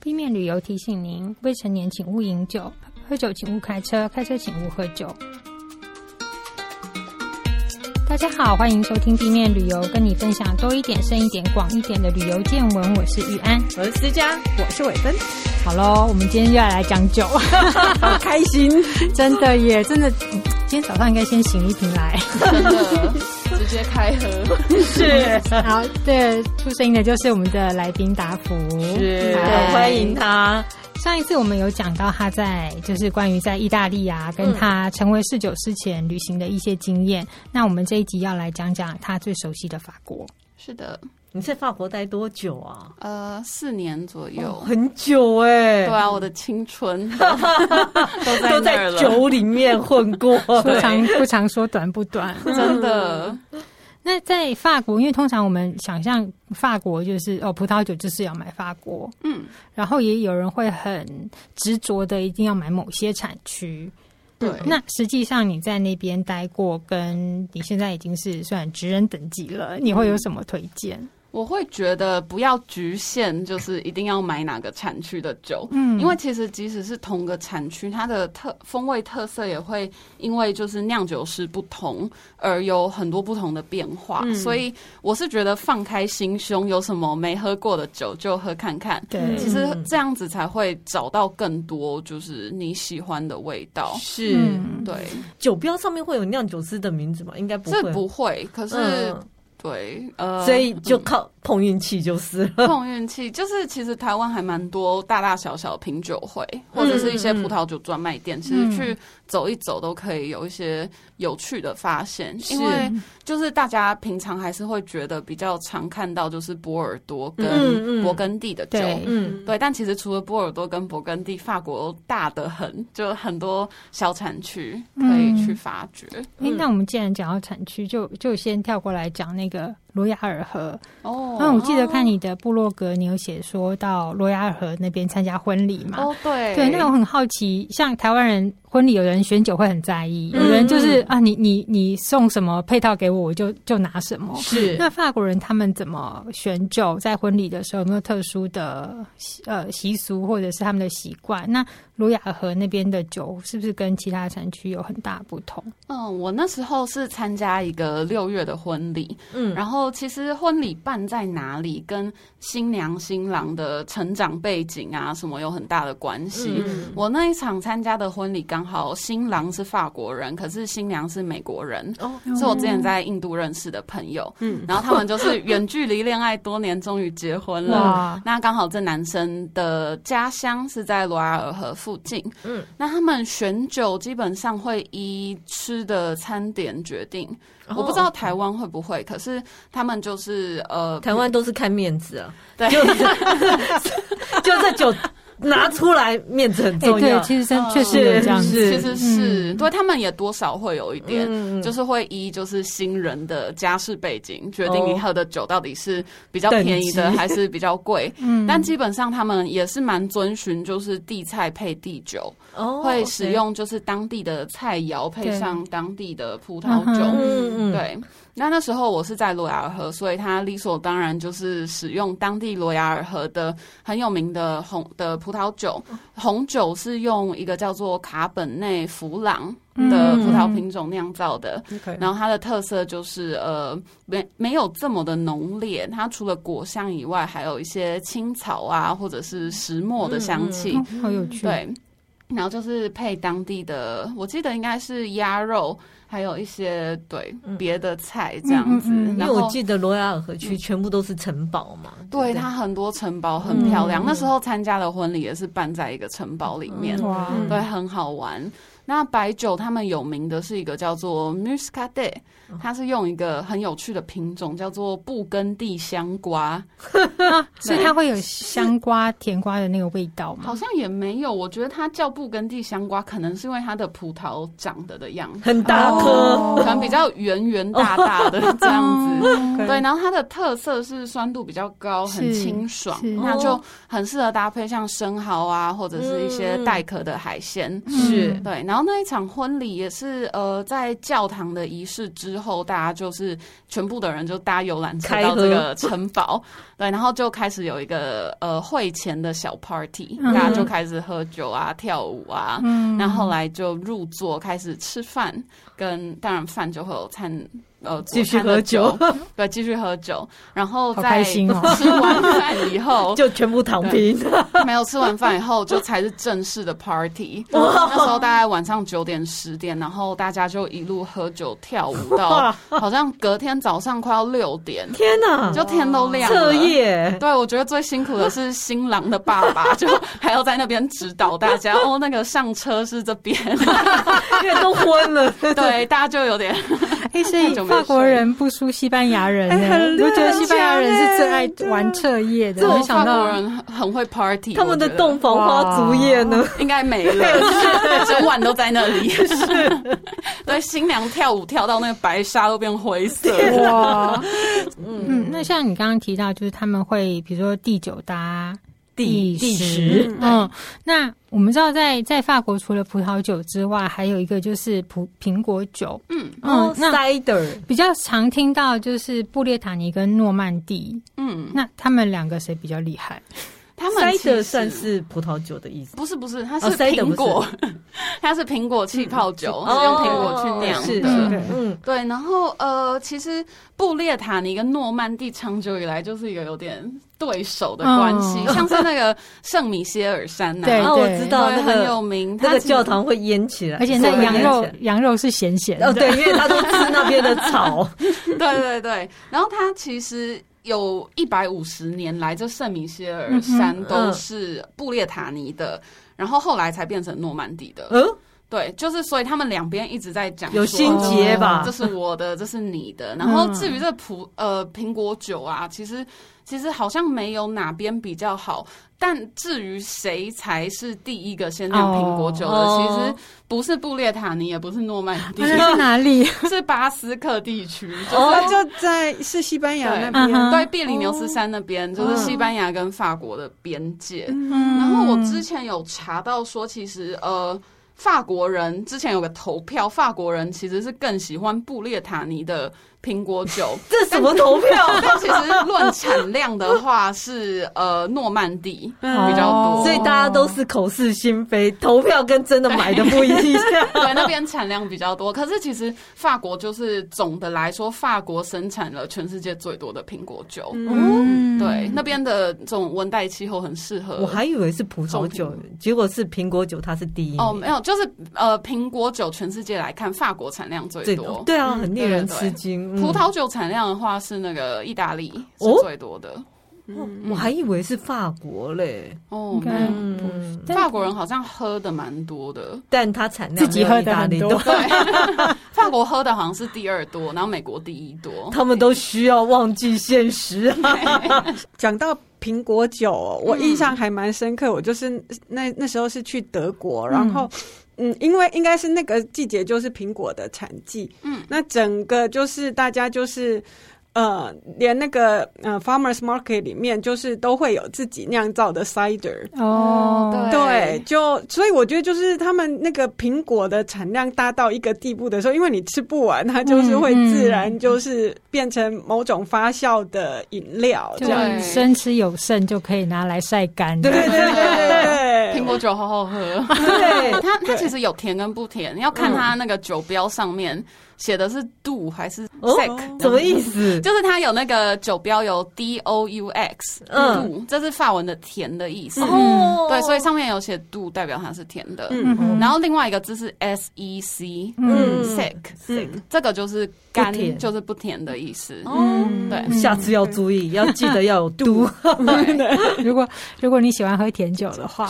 避免旅游提醒您：未成年请勿饮酒，喝酒请勿开车，开车请勿喝酒。大家好，欢迎收听地面旅游，跟你分享多一点、深一点、广一点的旅游见闻。我是玉安，我是思佳，我是伟芬，好喽，我们今天又要来讲酒，好开心， 真的耶，真的，今天早上应该先醒一瓶 来。真的直接开喝， 是好，对，出声音的就是我们的来宾达福，是对，欢迎他，上一次我们有讲到他在就是关于在意大利啊，跟嗯他成为侍酒师前旅行的一些经验。那我们这一集要来讲讲他最熟悉的法国。是的， 你在法国待多久啊？呃，四年左右，很久哎、对啊，我的青春都都在那儿在了，酒里面混 过，不长不长说短不 短。真的，那在法国，因为通常我们想象法国就是哦，葡萄酒就是要买法国，嗯，然后也有人会很执着的一定要买某些产区。对，那实际上你在那边待过，跟你现在已经是算职人等级了，你嗯会有什么推荐？我会觉得不要局限，就是一定要买哪个产区的酒，嗯因为其实即使是同个产区，它的特风味特色也会因为就是酿酒师不同而有很多不同的变化，嗯所以我是觉得放开心胸，有什么没喝过的酒就喝看看。对，其实嗯这样子才会找到更多就是你喜欢的味道。是、嗯对，酒标上面会有酿酒师的名字吗？应该不会，这不会，可是、嗯对，呃，所以就靠碰运气就是了。碰运气，就是其实台湾还蛮多大大小小品酒会，或者是一些葡萄酒专卖嗯店，其实去走一走都可以有一些有趣的发现。是因为就是大家平常还是会觉得比较常看到就是波尔多嗯嗯跟勃艮第的酒。对嗯，对，但其实除了波尔多跟勃艮第，法国大得很，就很多小产区可以去发掘。诶那我们既然讲到产区，就就先跳过来讲那个罗亚尔河。哦，那我记得看你的部落格，你有写说到罗亚尔河那边参加婚礼嘛？哦，对对，那我很好奇，像台湾人婚礼，有人选酒会很在意，嗯有人就是啊，你你你送什么配套给我，我就就拿什么。是 那法国人他们怎么选酒？在婚礼的时候有没有特殊的习呃习俗，或者是他们的习惯？那罗亚河那边的酒是不是跟其他产区有很大不同？嗯，我那时候是参加一个六月的婚礼，嗯，然后其实婚礼办在哪里，跟新娘新郎的成长背景啊什么有很大的关系。嗯我那一场参加的婚礼，刚好新郎是法国人，可是新娘是美国人，哦，是我之前在印度认识的朋友。嗯，然后他们就是远距离恋爱多年，终于结婚了。哇，那刚好这男生的家乡是在罗亚尔河附近，嗯嗯，那他们选酒基本上会依吃的餐点决定，哦我不知道台湾会不会，可是他们就是呃，台湾都是看面子啊， 对就就这酒拿出来，面子很哎、重要对，。其实真嗯确实有这样子，是其实是、对他们也多少会有一点。嗯就是会依就是新人的家世背景决定你哦喝的酒到底是比较等便宜的级还是比较贵，嗯但基本上他们也是蛮遵循就是地菜配地酒，哦会使，用就是当地的菜肴配对上当地的葡萄嗯酒哼。嗯嗯，对，那那时候我是在罗亚尔河，所以它理所当然就是使用当地罗亚尔河的很有名的红的葡萄酒，嗯红酒是用一个叫做卡本内弗朗的嗯葡萄品种酿造的。 OK 然后它的特色就是呃，没没有这么的浓烈，它除了果香以外，还有一些青草啊，或者是石墨的嗯香气。哦好有趣，对，然后就是配当地的，我记得应该是鸭肉，还有一些对嗯别的菜这样子。嗯嗯嗯因然为我后嗯记得罗亚尔河区全部都是城堡嘛，对不它很多城堡嗯很漂亮，那时候参加的婚礼也是办在一个城堡里面，哇，嗯对，很好玩。那白酒他们有名的是一个叫做 Muscadet，它哦是用一个很有趣的品种叫做布根地香瓜，所以它会有香瓜、甜瓜的那个味道嘛好？像也没有。我觉得它叫布根地香瓜，可能是因为它的葡萄长得的样子很大颗，哦可能比较圆圆大大 的这样嗯子。 OK 对，然后它的特色是酸度比较高，很是清爽，是那就嗯很适合搭配像生蚝啊，或者是一些带壳的海鲜。嗯是对，然然后那一场婚礼也是呃，在教堂的仪式之后，大家就是全部的人就搭游览车开到这喝个城堡，对，然后就开始有一个呃会前的小 party，嗯大家就开始喝酒啊、跳舞啊，嗯那后来就入座开始吃饭，跟当然饭就会有餐呃继续佐餐的喝酒，，对，继续喝酒，然后好在开心哦吃完饭以后就全部躺平。 没有吃完饭以后就才是正式的 party。那时候大概晚上九点十点，然后大家就一路喝酒跳舞到 哇好像隔天早上快要六点， 天哪，就天都亮彻了。 夜。对，我觉得最辛苦的是新郎的爸 爸，就还要在那边指导大家。哦，那个上车是这 边，因为都昏 了，对，大家就有点哎，所以太久没法国睡人不输西班牙人哎呢，很我就觉得很西班牙强人哎是最爱对玩彻夜的，这没种想啊法到国人很会 party，他们的我觉得洞房花烛夜呢？ 应该没 了，整晚都在那里。对，新娘跳舞跳到那个白纱都变灰色。哇，嗯，那像你刚刚提到，就是他们会比如说第九搭第第十十，嗯，那我们知道在在法国除了葡萄酒之外，还有一个就是葡苹果酒，嗯嗯，那 cider 比较常听到就是布列塔尼跟诺曼底，嗯，那他们两个谁比较厉害？他们其实 cider 算是葡萄酒的意思。不是不是，它是哦塞的不苹是果， 它是苹果气泡酒，哦是用苹果去酿是嗯的。是，嗯，对，然后呃，其实布列塔尼跟诺曼底长久以来就是一个有点对手的关系，嗯像是那个圣米歇尔山呐、对啊，我知道对那很个有名，那它个其实教堂会淹起来，而且那会羊淹肉起来羊肉是咸咸的，哦，对，因为他都吃那边的 草，对对对，然后它其实有一百五十年来，这圣米歇嗯尔山都是布列塔尼的，然后后来才变成诺曼底的。嗯，对，就是所以他们两边一直在讲有说嗯心结吧嗯这？是我的，这是你的。然后至于这葡呃苹果酒啊，其实其实好像没有哪边比较好，但至于谁才是第一个先酿苹果酒的，哦其实不是布列塔尼，也不是诺曼 底那，是哪里？是巴斯克地区，就是哦。就在是西班牙那对嗯哼边，对，比利牛斯山那边、就是西班牙跟法国的边界。嗯然后我之前有查到说，其实呃，法国人之前有个投票，法国人其实是更喜欢布列塔尼的苹果 酒这什么投票？但其实论产量的话是呃诺曼底嗯比较多，哦所以大家都是口是心非，投票跟真的买的不一样。对那边产量比较多。可是其实法国就是总的来说，法国生产了全世界最多的苹果酒。嗯对，那边的这种温带气候很适合。 我还以为是葡萄酒，结果是苹果酒，它是第一名哦，没有，就是呃，苹果酒全世界来看，法国产量最最多。对啊，嗯很令人吃惊。嗯葡萄酒产量的话是那个意大利是哦最多的。我还以为是法国嘞，哦应，没该有不是嗯，但法国人好像喝的蛮多的。但它产量自己喝没有意的大很利多，对，法国喝的好像是第二多，然后美国第一多。 他们都需要忘记现实 啊！讲到苹果酒哦，我印象还蛮深刻。我就是那那时候是去德国，然后嗯，因为应该是那个季节就是苹果的产季，嗯，那整个就是大家就是。呃，连那个呃，farmers market 里面就是都会有自己酿造的 cider，哦，对，就所以我觉得就是他们那个苹果的产量大到一个地步的时候，因为你吃不完，它就是会自然就是变成某种发酵的饮料，这就样。是生吃有剩就可以拿来晒干的，对对对对对苹果酒好好喝。对它它其实有甜跟不甜，要看它那个酒标上面写的是度还是哦 sec，什么意思？就是它有那个酒标有 D O U X，嗯度，这是法文的甜的意思。哦对，所以上面有写度，代表它是甜的。嗯嗯然后另外一个字是 S E C，嗯嗯 sec，嗯这个就是甘不甜，就是不甜的意思。嗯对嗯下次要注意，要记得要有毒。嗯 对，如果如果你喜欢喝甜酒的话，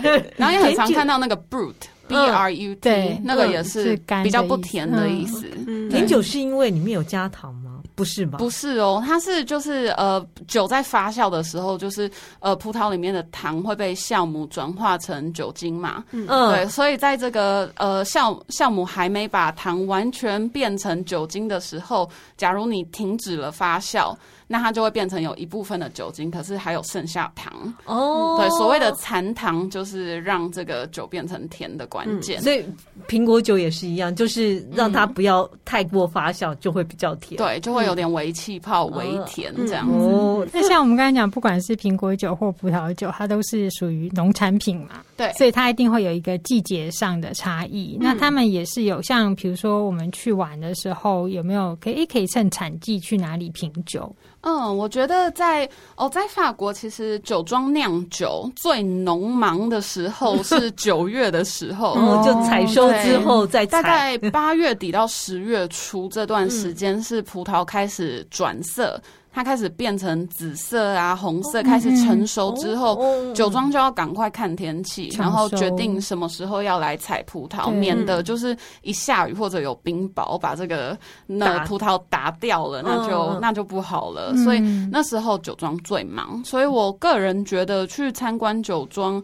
对然后也很常甜酒看到那个 brut。B 嗯 R U T，对那个嗯也是是甘的比较意不思甜的意思。嗯甜酒是因为里面有加糖吗？不是吧？不是哦，它是就是呃，酒在发酵的时候，就是呃，葡萄里面的糖会被酵母转化成酒精嘛。对，嗯，所以在这个呃酵酵母还没把糖完全变成酒精的时候，假如你停止了发酵，那它就会变成有一部分的酒精，可是还有剩下糖。哦，对，所谓的残糖就是让这个酒变成甜的关键。所以苹果酒也是一样，就是让它不要太过发酵，就会比较甜。对，就会嗯有点微气泡、微甜这样。哦，那像我们刚才讲，不管是苹果酒或葡萄酒，它都是属于农产品嘛，对嗯所以它一定会有一个季节上的差异。那他们也是有像，比如说我们去玩的时候，有没有可以诶可以趁产季去哪里品酒？嗯，我觉得在哦，在法国其实酒庄酿酒最农忙的 时候是九月的时候。哦，就采收之后再嗯大采，概八月底到十月初这段时间是葡萄开始转色，它开始变成紫色啊、红色，开始成熟之后，哦酒庄就要赶快看天气，成熟然后决定什么时候要来采葡萄，对免得就是一下雨或者有冰雹把这个那打葡萄打掉了，那嗯就嗯那就不好了。呃所以嗯那时候酒庄最忙，所以我个人觉得去参观酒庄，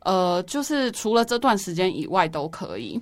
呃，就是除了这段时间以外都可以。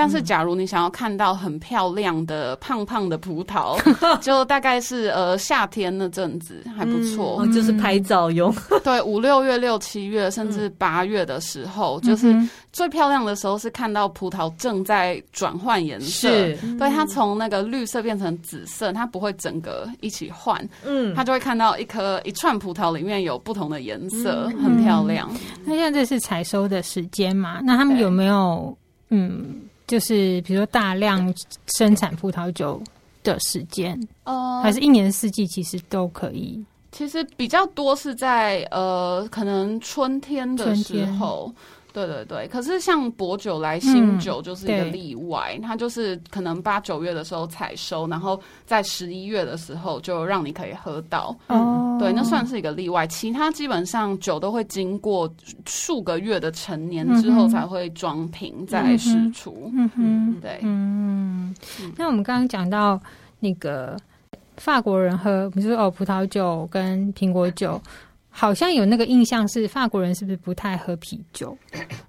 但是，假如你想要看到很漂亮的胖胖的葡萄，就大概是呃夏天那阵子还不错哦，。就是拍照用。对，五六月、六七月甚至八月的时候，就是嗯最漂亮的时候是看到葡萄正在转换颜色，是对它从那个绿色变成紫色，它不会整个一起换，嗯，它就会看到一颗一串葡萄里面有不同的颜色，很漂亮。那现在这是采收的时间嘛？那他们对有没有嗯，就是比如说大量生产葡萄酒的时间，呃，还是一年四季其实都可以？其实比较多是在呃，可能春天的时候。对对对，可是像薄酒来新酒就是一个对例外，它就是可能八九月的时候采收，然后在十一月的时候就让你可以喝到。哦对，那算是一个例外，其他基本上酒都会经过数个月的陈年之后嗯哼才会装瓶再嗯哼释出。嗯哼。对，嗯，那我们刚刚讲到那个法国人喝，比如说哦，葡萄酒跟苹果酒，好像有那个印象是法国人是不是不太喝啤酒？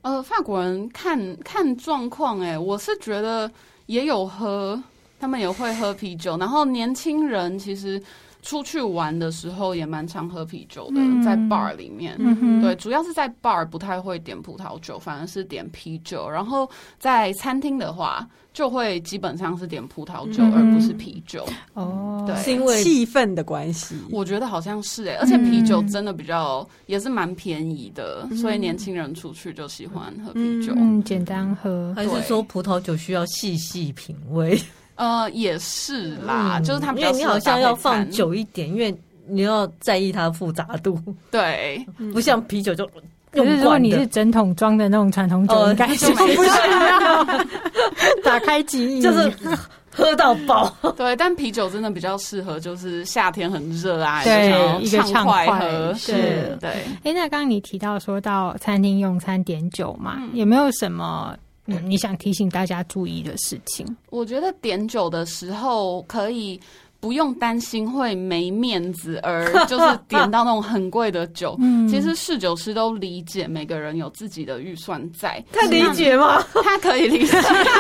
呃，法国人看看状况，哎，我是觉得也有喝，他们也会喝啤酒。然后年轻人其实出去玩的时候也蛮常喝啤酒的，嗯在 bar 里面。嗯哼对，，主要是在 bar 不太会点葡萄酒，反而是点啤酒。然后在餐厅的话，就会基本上是点葡萄酒，嗯而不是啤酒。哦，对是因为气氛的关系。我觉得好像是哎、而且啤酒真的比较、也是蛮便宜的，所以年轻人出去就喜欢喝啤酒。嗯，简单喝，还是说葡萄酒需要细细品味？呃，也是啦，嗯就是它比因较为你好像要放适合搭配餐，久一点，因为你要在意它复杂度，对，不像啤酒就可是用如果惯你的是。整桶装的那种传统酒，呃应该就 没不事是打开记忆，就是喝到饱，对，但啤酒真的比较适合，就是夏天很热 啊，对就一想个要畅快畅快喝，是是对。哎，那刚刚你提到说到餐厅用餐点酒嘛，有没有什么？嗯，你想提醒大家注意的事情，我觉得点酒的时候可以。不用担心会没面子， 而就是点到那种很贵的酒。嗯其实侍酒师都理解每个人有自己的预算在，他理解吗他可以理解。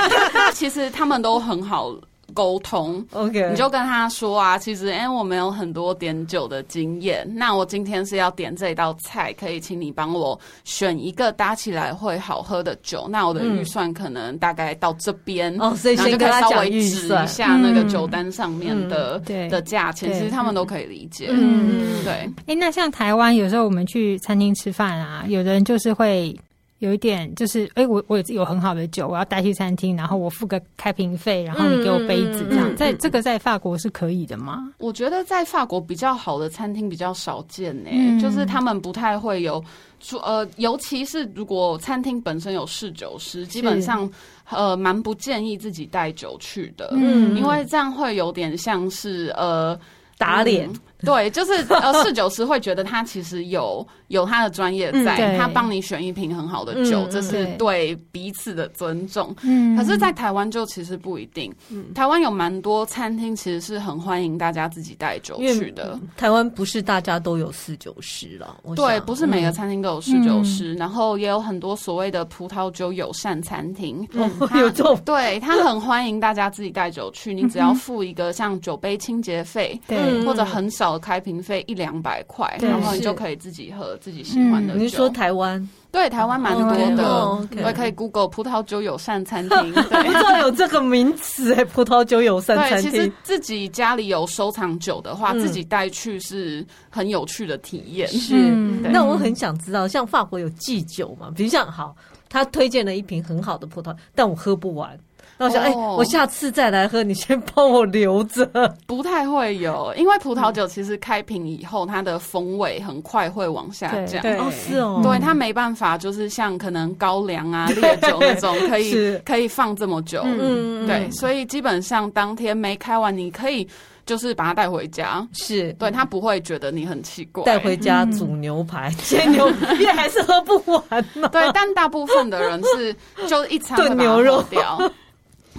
其实他们都很好沟通， ？OK，你就跟他说啊，其实哎、我们有很多点酒的经验，那我今天是要点这道菜，可以请你帮我选一个搭起来会好喝的酒。那我的预算可能大概到这边。哦，所以然后先就跟可他以稍讲微预指一算，嗯下那个酒单上面的、嗯对的价钱，对其实他们都可以理解。嗯对，哎、那像台湾有时候我们去餐厅吃饭啊，有的人就是会有一点，就是哎、诶我我有有很好的酒，我要带去餐厅，然后我付个开瓶费，然后你给我杯子这样。嗯嗯嗯在嗯这个在法国是可以的吗？我觉得在法国比较好的餐厅比较少见呢、嗯就是他们不太会有，除呃，尤其是如果餐厅本身有侍酒师，基本上呃蛮不建议自己带酒去的，嗯呃因为这样会有点像是呃。打脸嗯，对，就是呃，侍酒师会觉得他其实有有他的专业嗯在，对他帮你选一瓶很好的酒，嗯这是嗯对彼此的尊重。嗯可是，在台湾就其实不一定。嗯台湾有蛮多餐厅其实是很欢迎大家自己带酒因为去的。台湾不是大家都有四九十了，我对，想不是每个餐厅都有侍酒嗯师，然后也有很多所谓的葡萄酒友善餐厅。嗯 它有这种对他很欢迎大家自己带酒去，你只要付一个像酒杯清洁费，对，嗯或者很少小的开瓶费一两百块，对然后你是嗯就可以自己喝自己喜欢的酒。你是说台湾？对台湾蛮多的，哦，OK 我也可以 Google 葡萄酒友善餐厅。对不知道有这个名词哎，葡萄酒友善对，餐其实厅自己家里有收藏酒的话，嗯自己带去是很有趣的体验。嗯是。嗯对嗯那我很想知道，像法国有祭酒嘛？比如像好，他推荐了一瓶很好的葡萄，但我喝不完。那我想，哦哎、我下次再来喝，你先帮我留着。不太会有，因为葡萄酒其实开瓶以后，它的风味很快会往下降。对哦，是哦，对它没办法，就是像可能高粱啊、烈酒那种可 以是可以放这么久，嗯，嗯，对，对，所以基本上当天没开完，你可以就是把它带回家，是对他不会觉得你很奇嗯怪。带回家哎嗯煮牛排、 煎牛，因为还是喝不完呢。 对，但大部分的人是就一餐会炖把它牛肉喝 掉。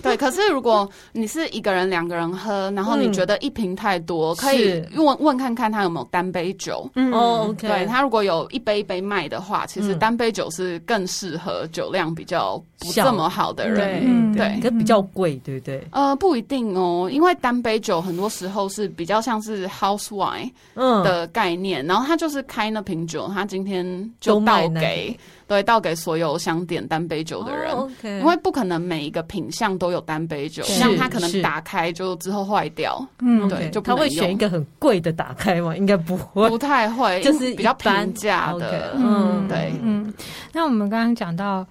对，可是如果你是一个人、两个人喝，然后你嗯觉得一瓶太多，可以是问问看看他有没有单杯酒。嗯哦，OK，嗯对他如果有一杯一杯卖的话，其实单杯酒是更适合酒量比较不小这么好的人。嗯对可比较贵，对不对？呃，不一定哦，因为单杯酒很多时候是比较像是 house wine 嗯，的概念，然后他就是开那瓶酒，他今天就都卖倒那给对倒给所有想点单杯酒的人。哦，OK，因为不可能每一个品相都有单杯酒，是像它可是能打开就之后坏掉，嗯，对 OK，就不他能会选一个很贵的打开吗？应该不会，不太会，就因为是比较一般平价的 OK，嗯对嗯。那我们刚刚讲到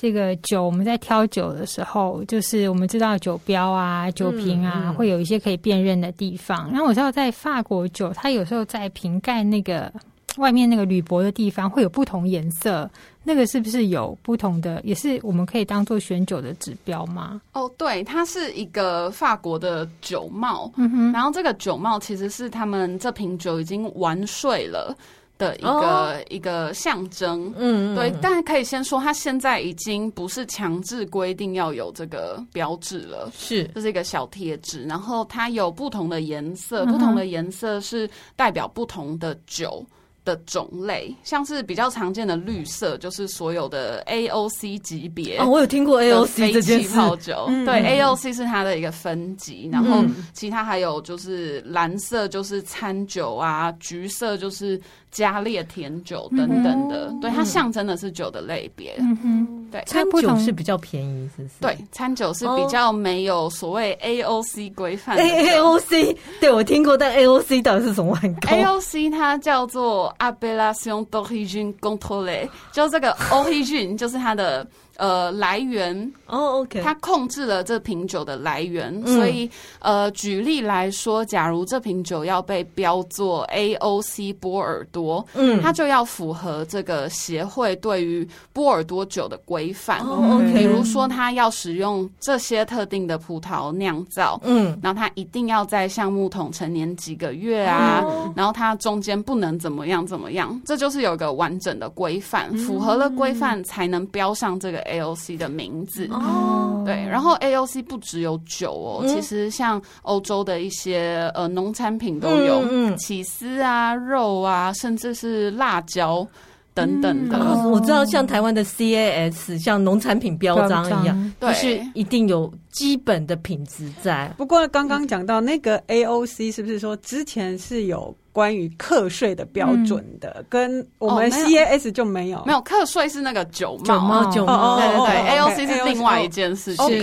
这个酒，我们在挑酒的时候，就是我们知道酒标啊、酒瓶啊，嗯嗯会有一些可以辨认的地方。然后我知道在法国酒，它有时候在瓶盖那个外面那个铝箔的地方会有不同颜色，那个是不是有不同的？也是我们可以当做选酒的指标吗？哦，对，它是一个法国的酒帽，嗯哼，然后这个酒帽其实是他们这瓶酒已经完税了的一个、哦一个象征。嗯，嗯对，嗯但是可以先说，它现在已经不是强制规定要有这个标志了。是这是一个小贴纸，然后它有不同的颜色，嗯哼不同的颜色是代表不同的酒的种类，像是比较常见的绿色，就是所有的 AOC 级别。哦，我有听过的 AOC 非这件气事，泡酒，嗯对嗯 AOC 是它的一个分级，然后其他还有就是蓝色就是餐酒啊，橘色就是加烈甜酒等等的，哦对它象征的是酒的类别。嗯哼，对餐那不酒同是比较便宜，是不是？对，餐酒是比较没有所谓 AOC 规范的 酒。哦哎，A A O C，对我听过，但 A O C 到底是什么玩哎意？ AOC 它叫做 Appellation d'origine contrôlée，就这个 origin 就是它的呃来源，哦，OK，它控制了这瓶酒的来源，嗯所以呃举例来说，假如这瓶酒要被标作 AOC 波尔多，嗯它就要符合这个协会对于波尔多酒的规范，哦，OK，比如说它要使用这些特定的葡萄酿造，嗯，然后它一定要在橡木桶陈年几个月啊，然后它中间不能怎么样怎么样，这就是有一个完整的规范，符合了规范才能标上这个 AOC 的名字。哦，对，然后 AOC 不只有酒哦，嗯其实像欧洲的一些呃农产品都有，嗯嗯起司啊、肉啊，甚至是辣椒等等的。哦我知道，像台湾的 C A S，像农产品标章一样，对就是一定有基本的品质在。不过刚刚讲到那个 AOC 是不是说之前是有关于课税的标准的，跟我们哦没有 CAS 就没有没有课税是那个酒酒帽，猫哦酒哦猫，对对对、哦 a o c 是另外一件事情。 OK，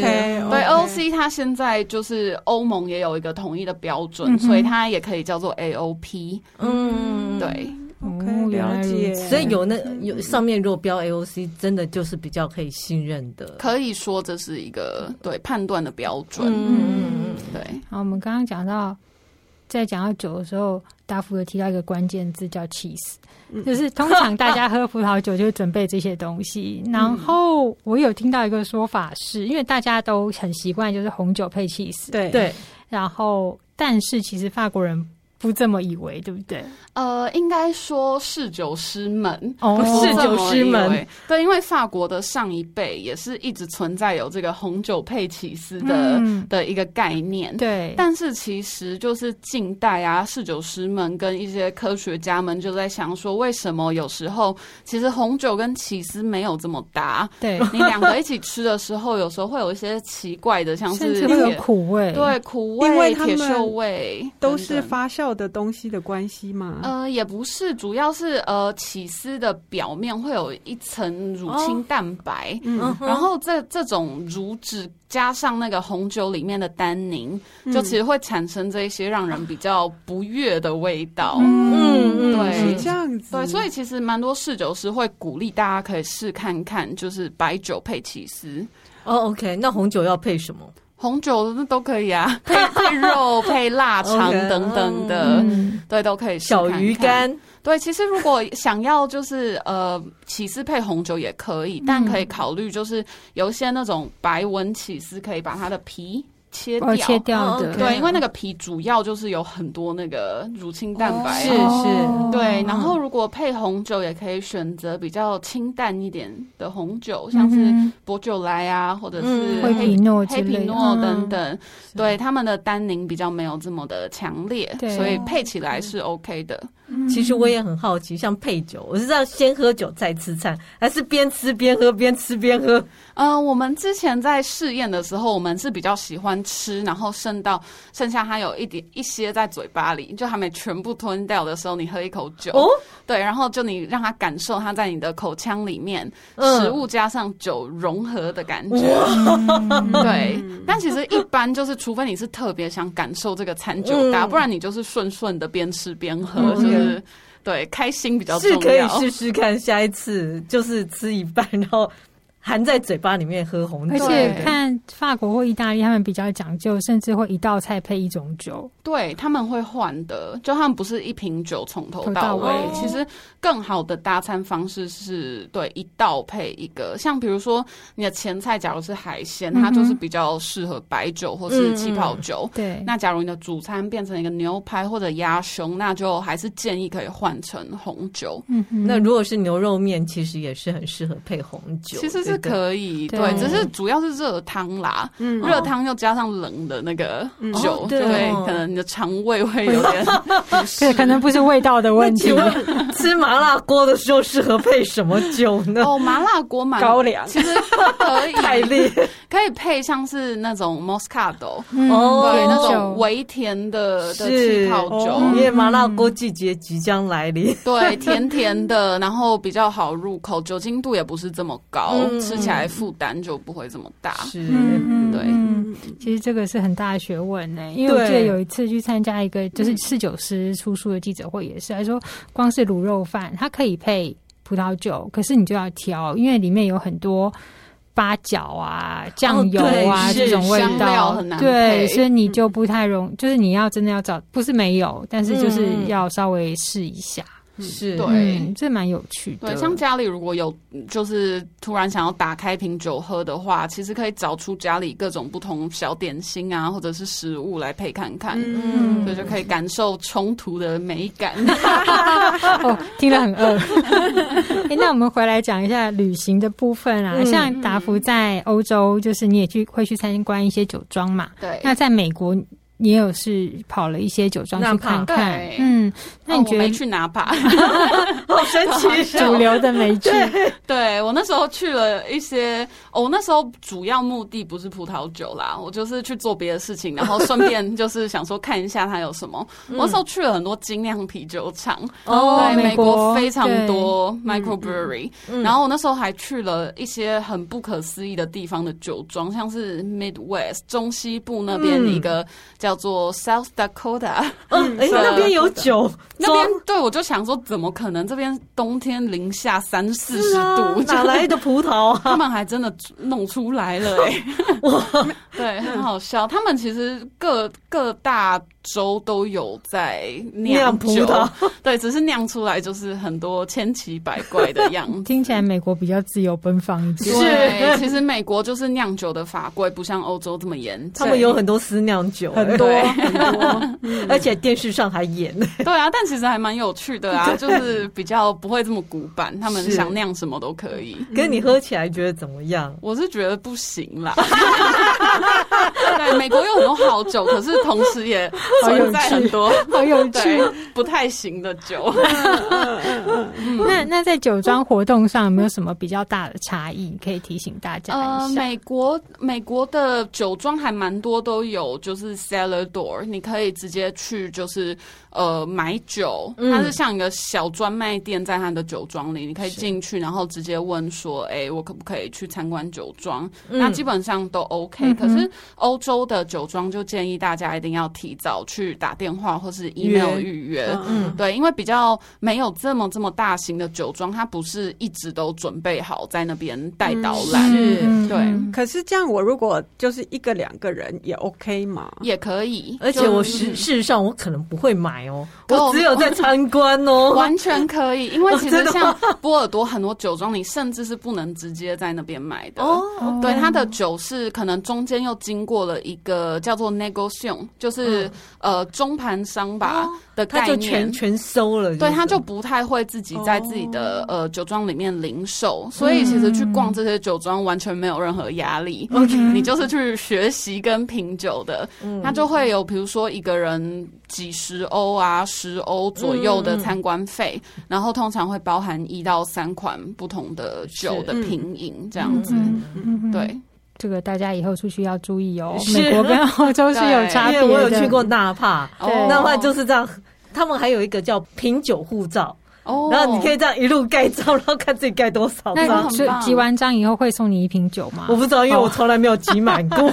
对 AOC 它现在就是欧盟也有一个统一的标准，嗯哼所以它也可以叫做 AOP、嗯，对， OK，哦原来了解如此所以有那有上面若标 AOC，真的就是比较可以信任的。可以说这是一个对判断的标准。嗯嗯对，好，我们刚刚讲到，在讲到酒的时候，大福有提到一个关键字叫 cheese，就是嗯 通常大家喝葡萄酒就会准备这些东西。嗯然后我有听到一个说法是，因为大家都很习惯就是红酒配 cheese，对嗯，对，然后但是其实法国人不这么以为，对不对？呃，应该说侍酒师们。哦是侍酒师们我这么以为，对，因为法国的上一辈也是一直存在有这个红酒配起司的、嗯的一个概念。对，但是其实就是近代啊，侍酒师们跟一些科学家们就在想说，为什么有时候其实红酒跟起司没有这么 搭？对，你两个一起吃的时候，有时候会有一些奇怪的，像甚是至会有铁苦味，对苦味、因为他们铁锈味，都是等等发酵料的东西的关系吗？呃，也不是，主要是呃，起司的表面会有一层乳清蛋白，嗯然后这这种乳脂加上那个红酒里面的单宁，就其实会产生这一些让人比较不悦的味道。嗯嗯是对这样子，对，所以其实蛮多侍酒师会鼓励大家可以试看看，就是白酒配起司。哦，OK，那红酒要配什么？红酒那都可以啊，配配肉、配腊肠 OK，等等的嗯，对，都可以试小看鱼看干，对，其实如果想要就是呃起司配红酒也可以，但嗯可以考虑就是有一些那种白纹起司可以把它的皮切掉。哦，切掉哦的， ，OK 嗯对，因为那个皮主要就是有很多那个乳清蛋白。是哦对，然后如果配红酒，也可以选择比较清淡一点的红酒，像是嗯薄酒莱啊，或者是嗯灰黑皮诺之黑皮类的，诺嗯等等。对，他们的单宁比较没有这么的强烈，对嗯所以配起来是 OK 的。其实我也很好奇，像配酒，我是要先喝酒再吃菜，还是边吃边喝，边吃边喝？呃，我们之前在试验的时候，我们是比较喜欢吃，然后剩到剩下它有一点一些在嘴巴里，就还没全部吞掉的时候，你喝一口酒，哦，对，然后就你让它感受它在你的口腔里面、嗯食物加上酒融合的感觉。对，但其实一般就是，除非你是特别想感受这个餐酒搭，嗯不然你就是顺顺的边吃边喝，嗯就是对开心比较重是要。可以试试看，下一次就是吃一半，然后含在嘴巴里面喝红而酒。且对看法国或意大利，他们比较讲究，甚至会一道菜配一种酒。对，他们会换的，就他们不是一瓶酒从头从到到尾。尾其实更好的搭餐方式是对一道配一个，像比如说你的前菜，假如是海鲜，它就是比较适合白酒或是气泡酒。对，那假如你的主餐变成一个牛排或者鸭胸，那就还是建议可以换成红酒，嗯哼那如果是牛肉面，其实也是很适合配红酒。其实是对不对可以，对对，只是主要是热汤啦，嗯热汤又加上冷的那个酒哦，对就会哦可能你的肠胃会有点不适对，可能不是味道的问那题请，问 吃麻辣锅的时候适合配什么酒呢？哦，麻辣锅蛮高粱其实可以太烈可以配像是那种 Moscato，嗯哦对，那酒种微甜的的是气泡酒，哦因为麻辣锅季节即将来临。对，甜甜的，然后比较好入口，酒精度也不是这么高，嗯吃起来负担就不会这么大。是，嗯嗯对嗯，其实这个是很大的学问呢、因为我对记得有一次去参加一个嗯就是侍酒师出书的记者会，也是，他说光是卤肉饭它可以配葡萄酒，可是你就要挑，因为里面有很多。八角啊，酱油啊，对这是种味哦香料道很难对，配所以你就不太容，就是你要真的要找，不是没有，但是就是嗯嗯要稍微试一下。是，对嗯，这蛮有趣的。对，像家里如果有嗯就是突然想要打开瓶酒喝的话，其实可以找出家里各种不同小点心啊，或者是食物来配看看，嗯所以就可以感受冲突的美感。 哦，听了很饿。哎，那我们回来讲一下旅行的部分啊，嗯像达福在欧洲，就是你也去会去参观一些酒庄嘛。对，那在美国，你也有是跑了一些酒庄去看看那怕对。嗯，那你觉哦得我没去拿吧？ 好神 奇。主流的美剧？对我那时候去了一些，哦，我那时候主要目的不是葡萄酒啦，我就是去做别的事情，然后顺 便就是想说看一下它有什么。我那时候去了很多精酿啤酒厂，哦对，嗯美美国国非常对多 microbrewery，、嗯然后我那时候还去了一些很不可思议的地方的酒庄，像是 Midwest 中西部那边嗯一个叫做 South Dakota，、嗯，哎，那边有酒，那边对我就想说，怎么可能这边冬天零下三四十是啊度？就哪来的葡萄 啊？ 他们还真的弄出来了、 欸，对，很好笑。他们其实各各大洲都有在酿葡酒萄， 对，只是酿出来就是很多千奇百怪的 样子。听起来美国比较自由奔放一点。对，其实美国就是酿酒的法规不像欧洲这么严，他们有很多嗯私酿酒，哎很多对很多，而且电视上还演。 对啊，但其实还蛮有趣的啊，就是比较不会这么古板，他们是想酿什么都可以。可是你喝起来觉得怎么样？我是觉得不行啦。 对，美国有很多好酒，可是同时也存在很多好有趣。对不太行的酒。那那在酒庄活动上有没有什么比较大的差异？可以提醒大家 呃，一下。美国美国的酒庄还蛮多都有，就是 cellar door，你可以直接去，就是呃买酒，嗯它是像一个小专卖店，在它的酒庄里，你可以是进去，然后直接问说，哎、我可不可以去参观酒庄？嗯那基本上都 OK、嗯哼可是欧洲的酒庄就建议大家一定要提早去打电话或是约 email 预约。嗯，对，因为比较没有这么这么大型的酒庄，它不是一直都准备好在那边带导览。嗯是对可是这样，我如果就是一个两个人也 OK 嘛？也可以，而且我就是嗯事实上我可能不会买哦，哦我只有在参观 哦。完全可以，因 为其实真的像波尔多很多酒庄，你甚至是不能直接在那边买的。哦，对，它的酒是可能中间又经过了一个叫做 negociation，就是、呃中盘商吧、的他概嗯哦就全。念全收了，对，是哦他就不太会自己在自己的、呃酒庄里面零售，所以其实去逛嗯这些酒庄完全没有任何压力。你就是去学习跟品酒的，嗯嗯他就会有比如说一个人几十欧啊、十欧左右嗯的参观费，然后通常会包含一到三款不同的酒的是品饮这样子。嗯嗯，对，这个大家以后出去要注意哦。是美国跟澳洲是 有差因别为的。我有去过纳帕，哦对纳帕就是这样，他们还有一个叫品酒护照，哦，然后你可以这样一路盖章，然后看自己盖多少那章你。所以集完章以后会送你一瓶酒吗？我不知道，因为哦我从来没有集满 过，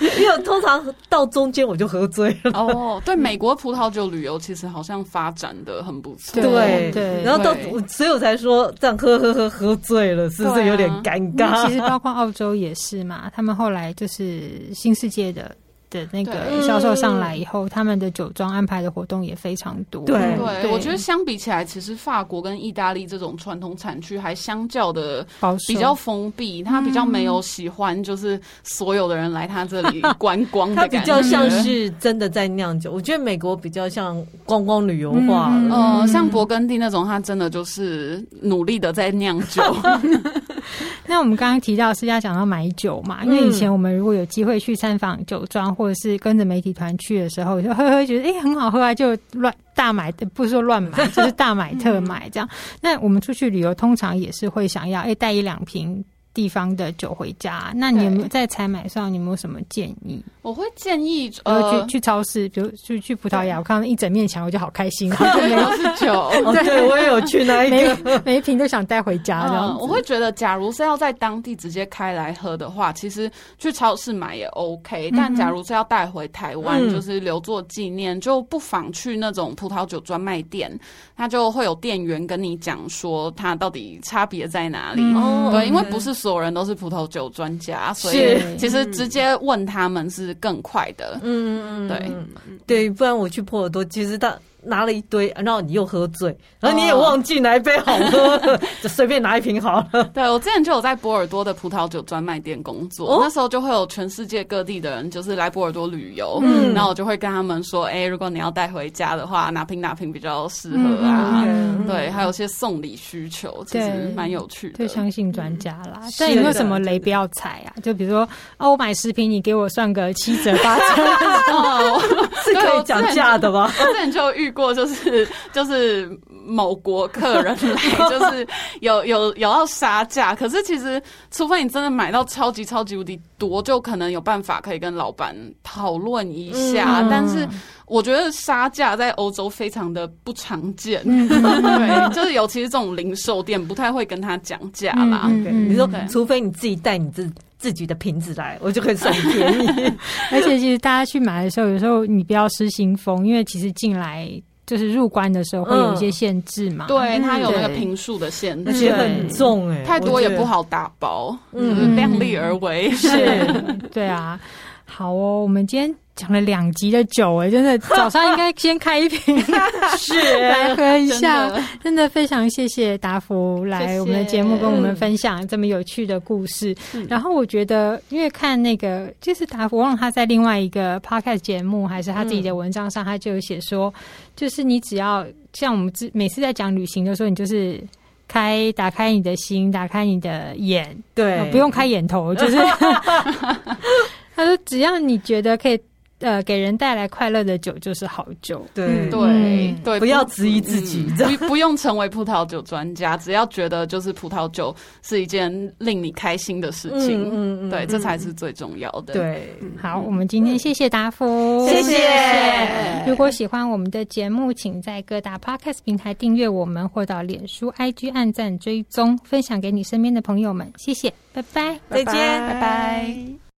因为我通常到中间我就喝醉了。哦，对，美国葡萄酒旅游其实好像发展的很不错。对对对然后到对我所以我才说这样喝喝喝喝醉了，是不对啊是有点尴那尬？其实包括澳洲也是嘛，他们后来就是新世界的的那个对销售上来以后，他们的酒庄安排的活动也非常多。对对，我觉得相比起来，其实法国跟意大利这种传统产区还相较的保守比较封闭，它比较嗯没有喜欢就是所有的人来他这 里观光它嗯的比感觉，较像是真的在酿酒，我觉得美国比较像观光旅游化了。嗯呃，像勃艮第那种，它真的就是努力的在酿酒， 那我们刚刚提到是要讲到买酒嗯嘛，因为以前我们如果有机会去参访酒庄，或者是跟着媒体团去的时候，就喝喝觉得哎、诶很好喝啊，就乱大买，呃不是说乱 买，就是大买特买这样。嗯那我们出去旅游通常也是会想要哎带、一两瓶。地方的酒回家，那你有没有在采买上你有没有什么建议？ 我会建议比如呃嗯去，去超市，比如去去葡萄牙，我看到一整面墙，我就好开心，然后就对， 都是酒。哦，对，我也有去那一个，每 每一瓶都想带回家这样嗯，子。我会觉得，假如是要在当地直接开来喝的话，其实去超市买也 OK、但假如是要带回台湾，嗯就是留作纪念，就不妨去那种葡萄酒专卖店，它就会有店员跟你讲说它到底差别在哪里。哦对，因为不是所有人都是葡萄酒专家，所以是其实直接问他们是更快的。嗯嗯嗯，对对对，不然我去波尔多，其实他拿了一堆，然后你又喝醉，然后你也忘记哪一杯好喝了，哦 就随便拿一瓶好 了。对，我之前就有在波尔多的葡萄酒专卖店工作，哦那时候就会有全世界各地的人就是来波尔多旅游，嗯然后我就会跟他们说，哎、如果你要带回家的话，哪瓶哪瓶比较适合啊？嗯对，还有一些送礼需求，其实对蛮有趣就的。相信专家啦，是但有没有的什么雷不要踩啊？就比如说，哦，我买十瓶，你给我算个七折八 折，哦，是可以讲价的吗？我之前就遇过，就是 就是某国客人来， 就是有有有要杀价，可是其实除非你真的买到超级超级无敌多，就可能有办法可以跟老板讨论一下。嗯但是我觉得杀价在欧洲非常的不常见，嗯嗯对，就是尤其是这种零售店不太会跟他讲价啦。嗯对， 你说 对，除非你自己带你自自己的瓶子来，我就可以送便 宜。 而且其实大家去买的时候，有时候你不要失心疯，因为其实进来就是入关的时候会有一些限制嘛。对，它有那个对瓶数的限而制且，很重哎、太多也不好。好打包，嗯就是量力而为。 是， 对啊。好哦，我们今天讲了两集的酒哎、真的早上应该先开一瓶是来喝一真下的。，真的非常谢谢达福谢来谢我们的节目跟我们分享这么有趣的故事。然后我觉得，因为看那个就是达福，忘了他在另外一个 podcast 节目还是他自己的文章上，他就有写说，就是你只要像我们之每次在讲旅行的时候，你就是。开，打开你的心，打开你的眼，对 呃，不用开眼头，就是他说只要你觉得可以呃给人带来快乐的酒就是好酒。对嗯对嗯对，不要质疑自己嗯这样不不 用成为葡萄酒专家，只要觉得就是葡萄酒是一件令你开心的事情，嗯对，这才是最重要的。，对，好，我们今天谢谢达夫，谢谢如果喜欢我们的节目，请在各大 podcast 平台订阅我们，或到脸书、IG 按赞追踪，分享给你身边的朋友们。谢谢，拜拜。再见拜拜拜。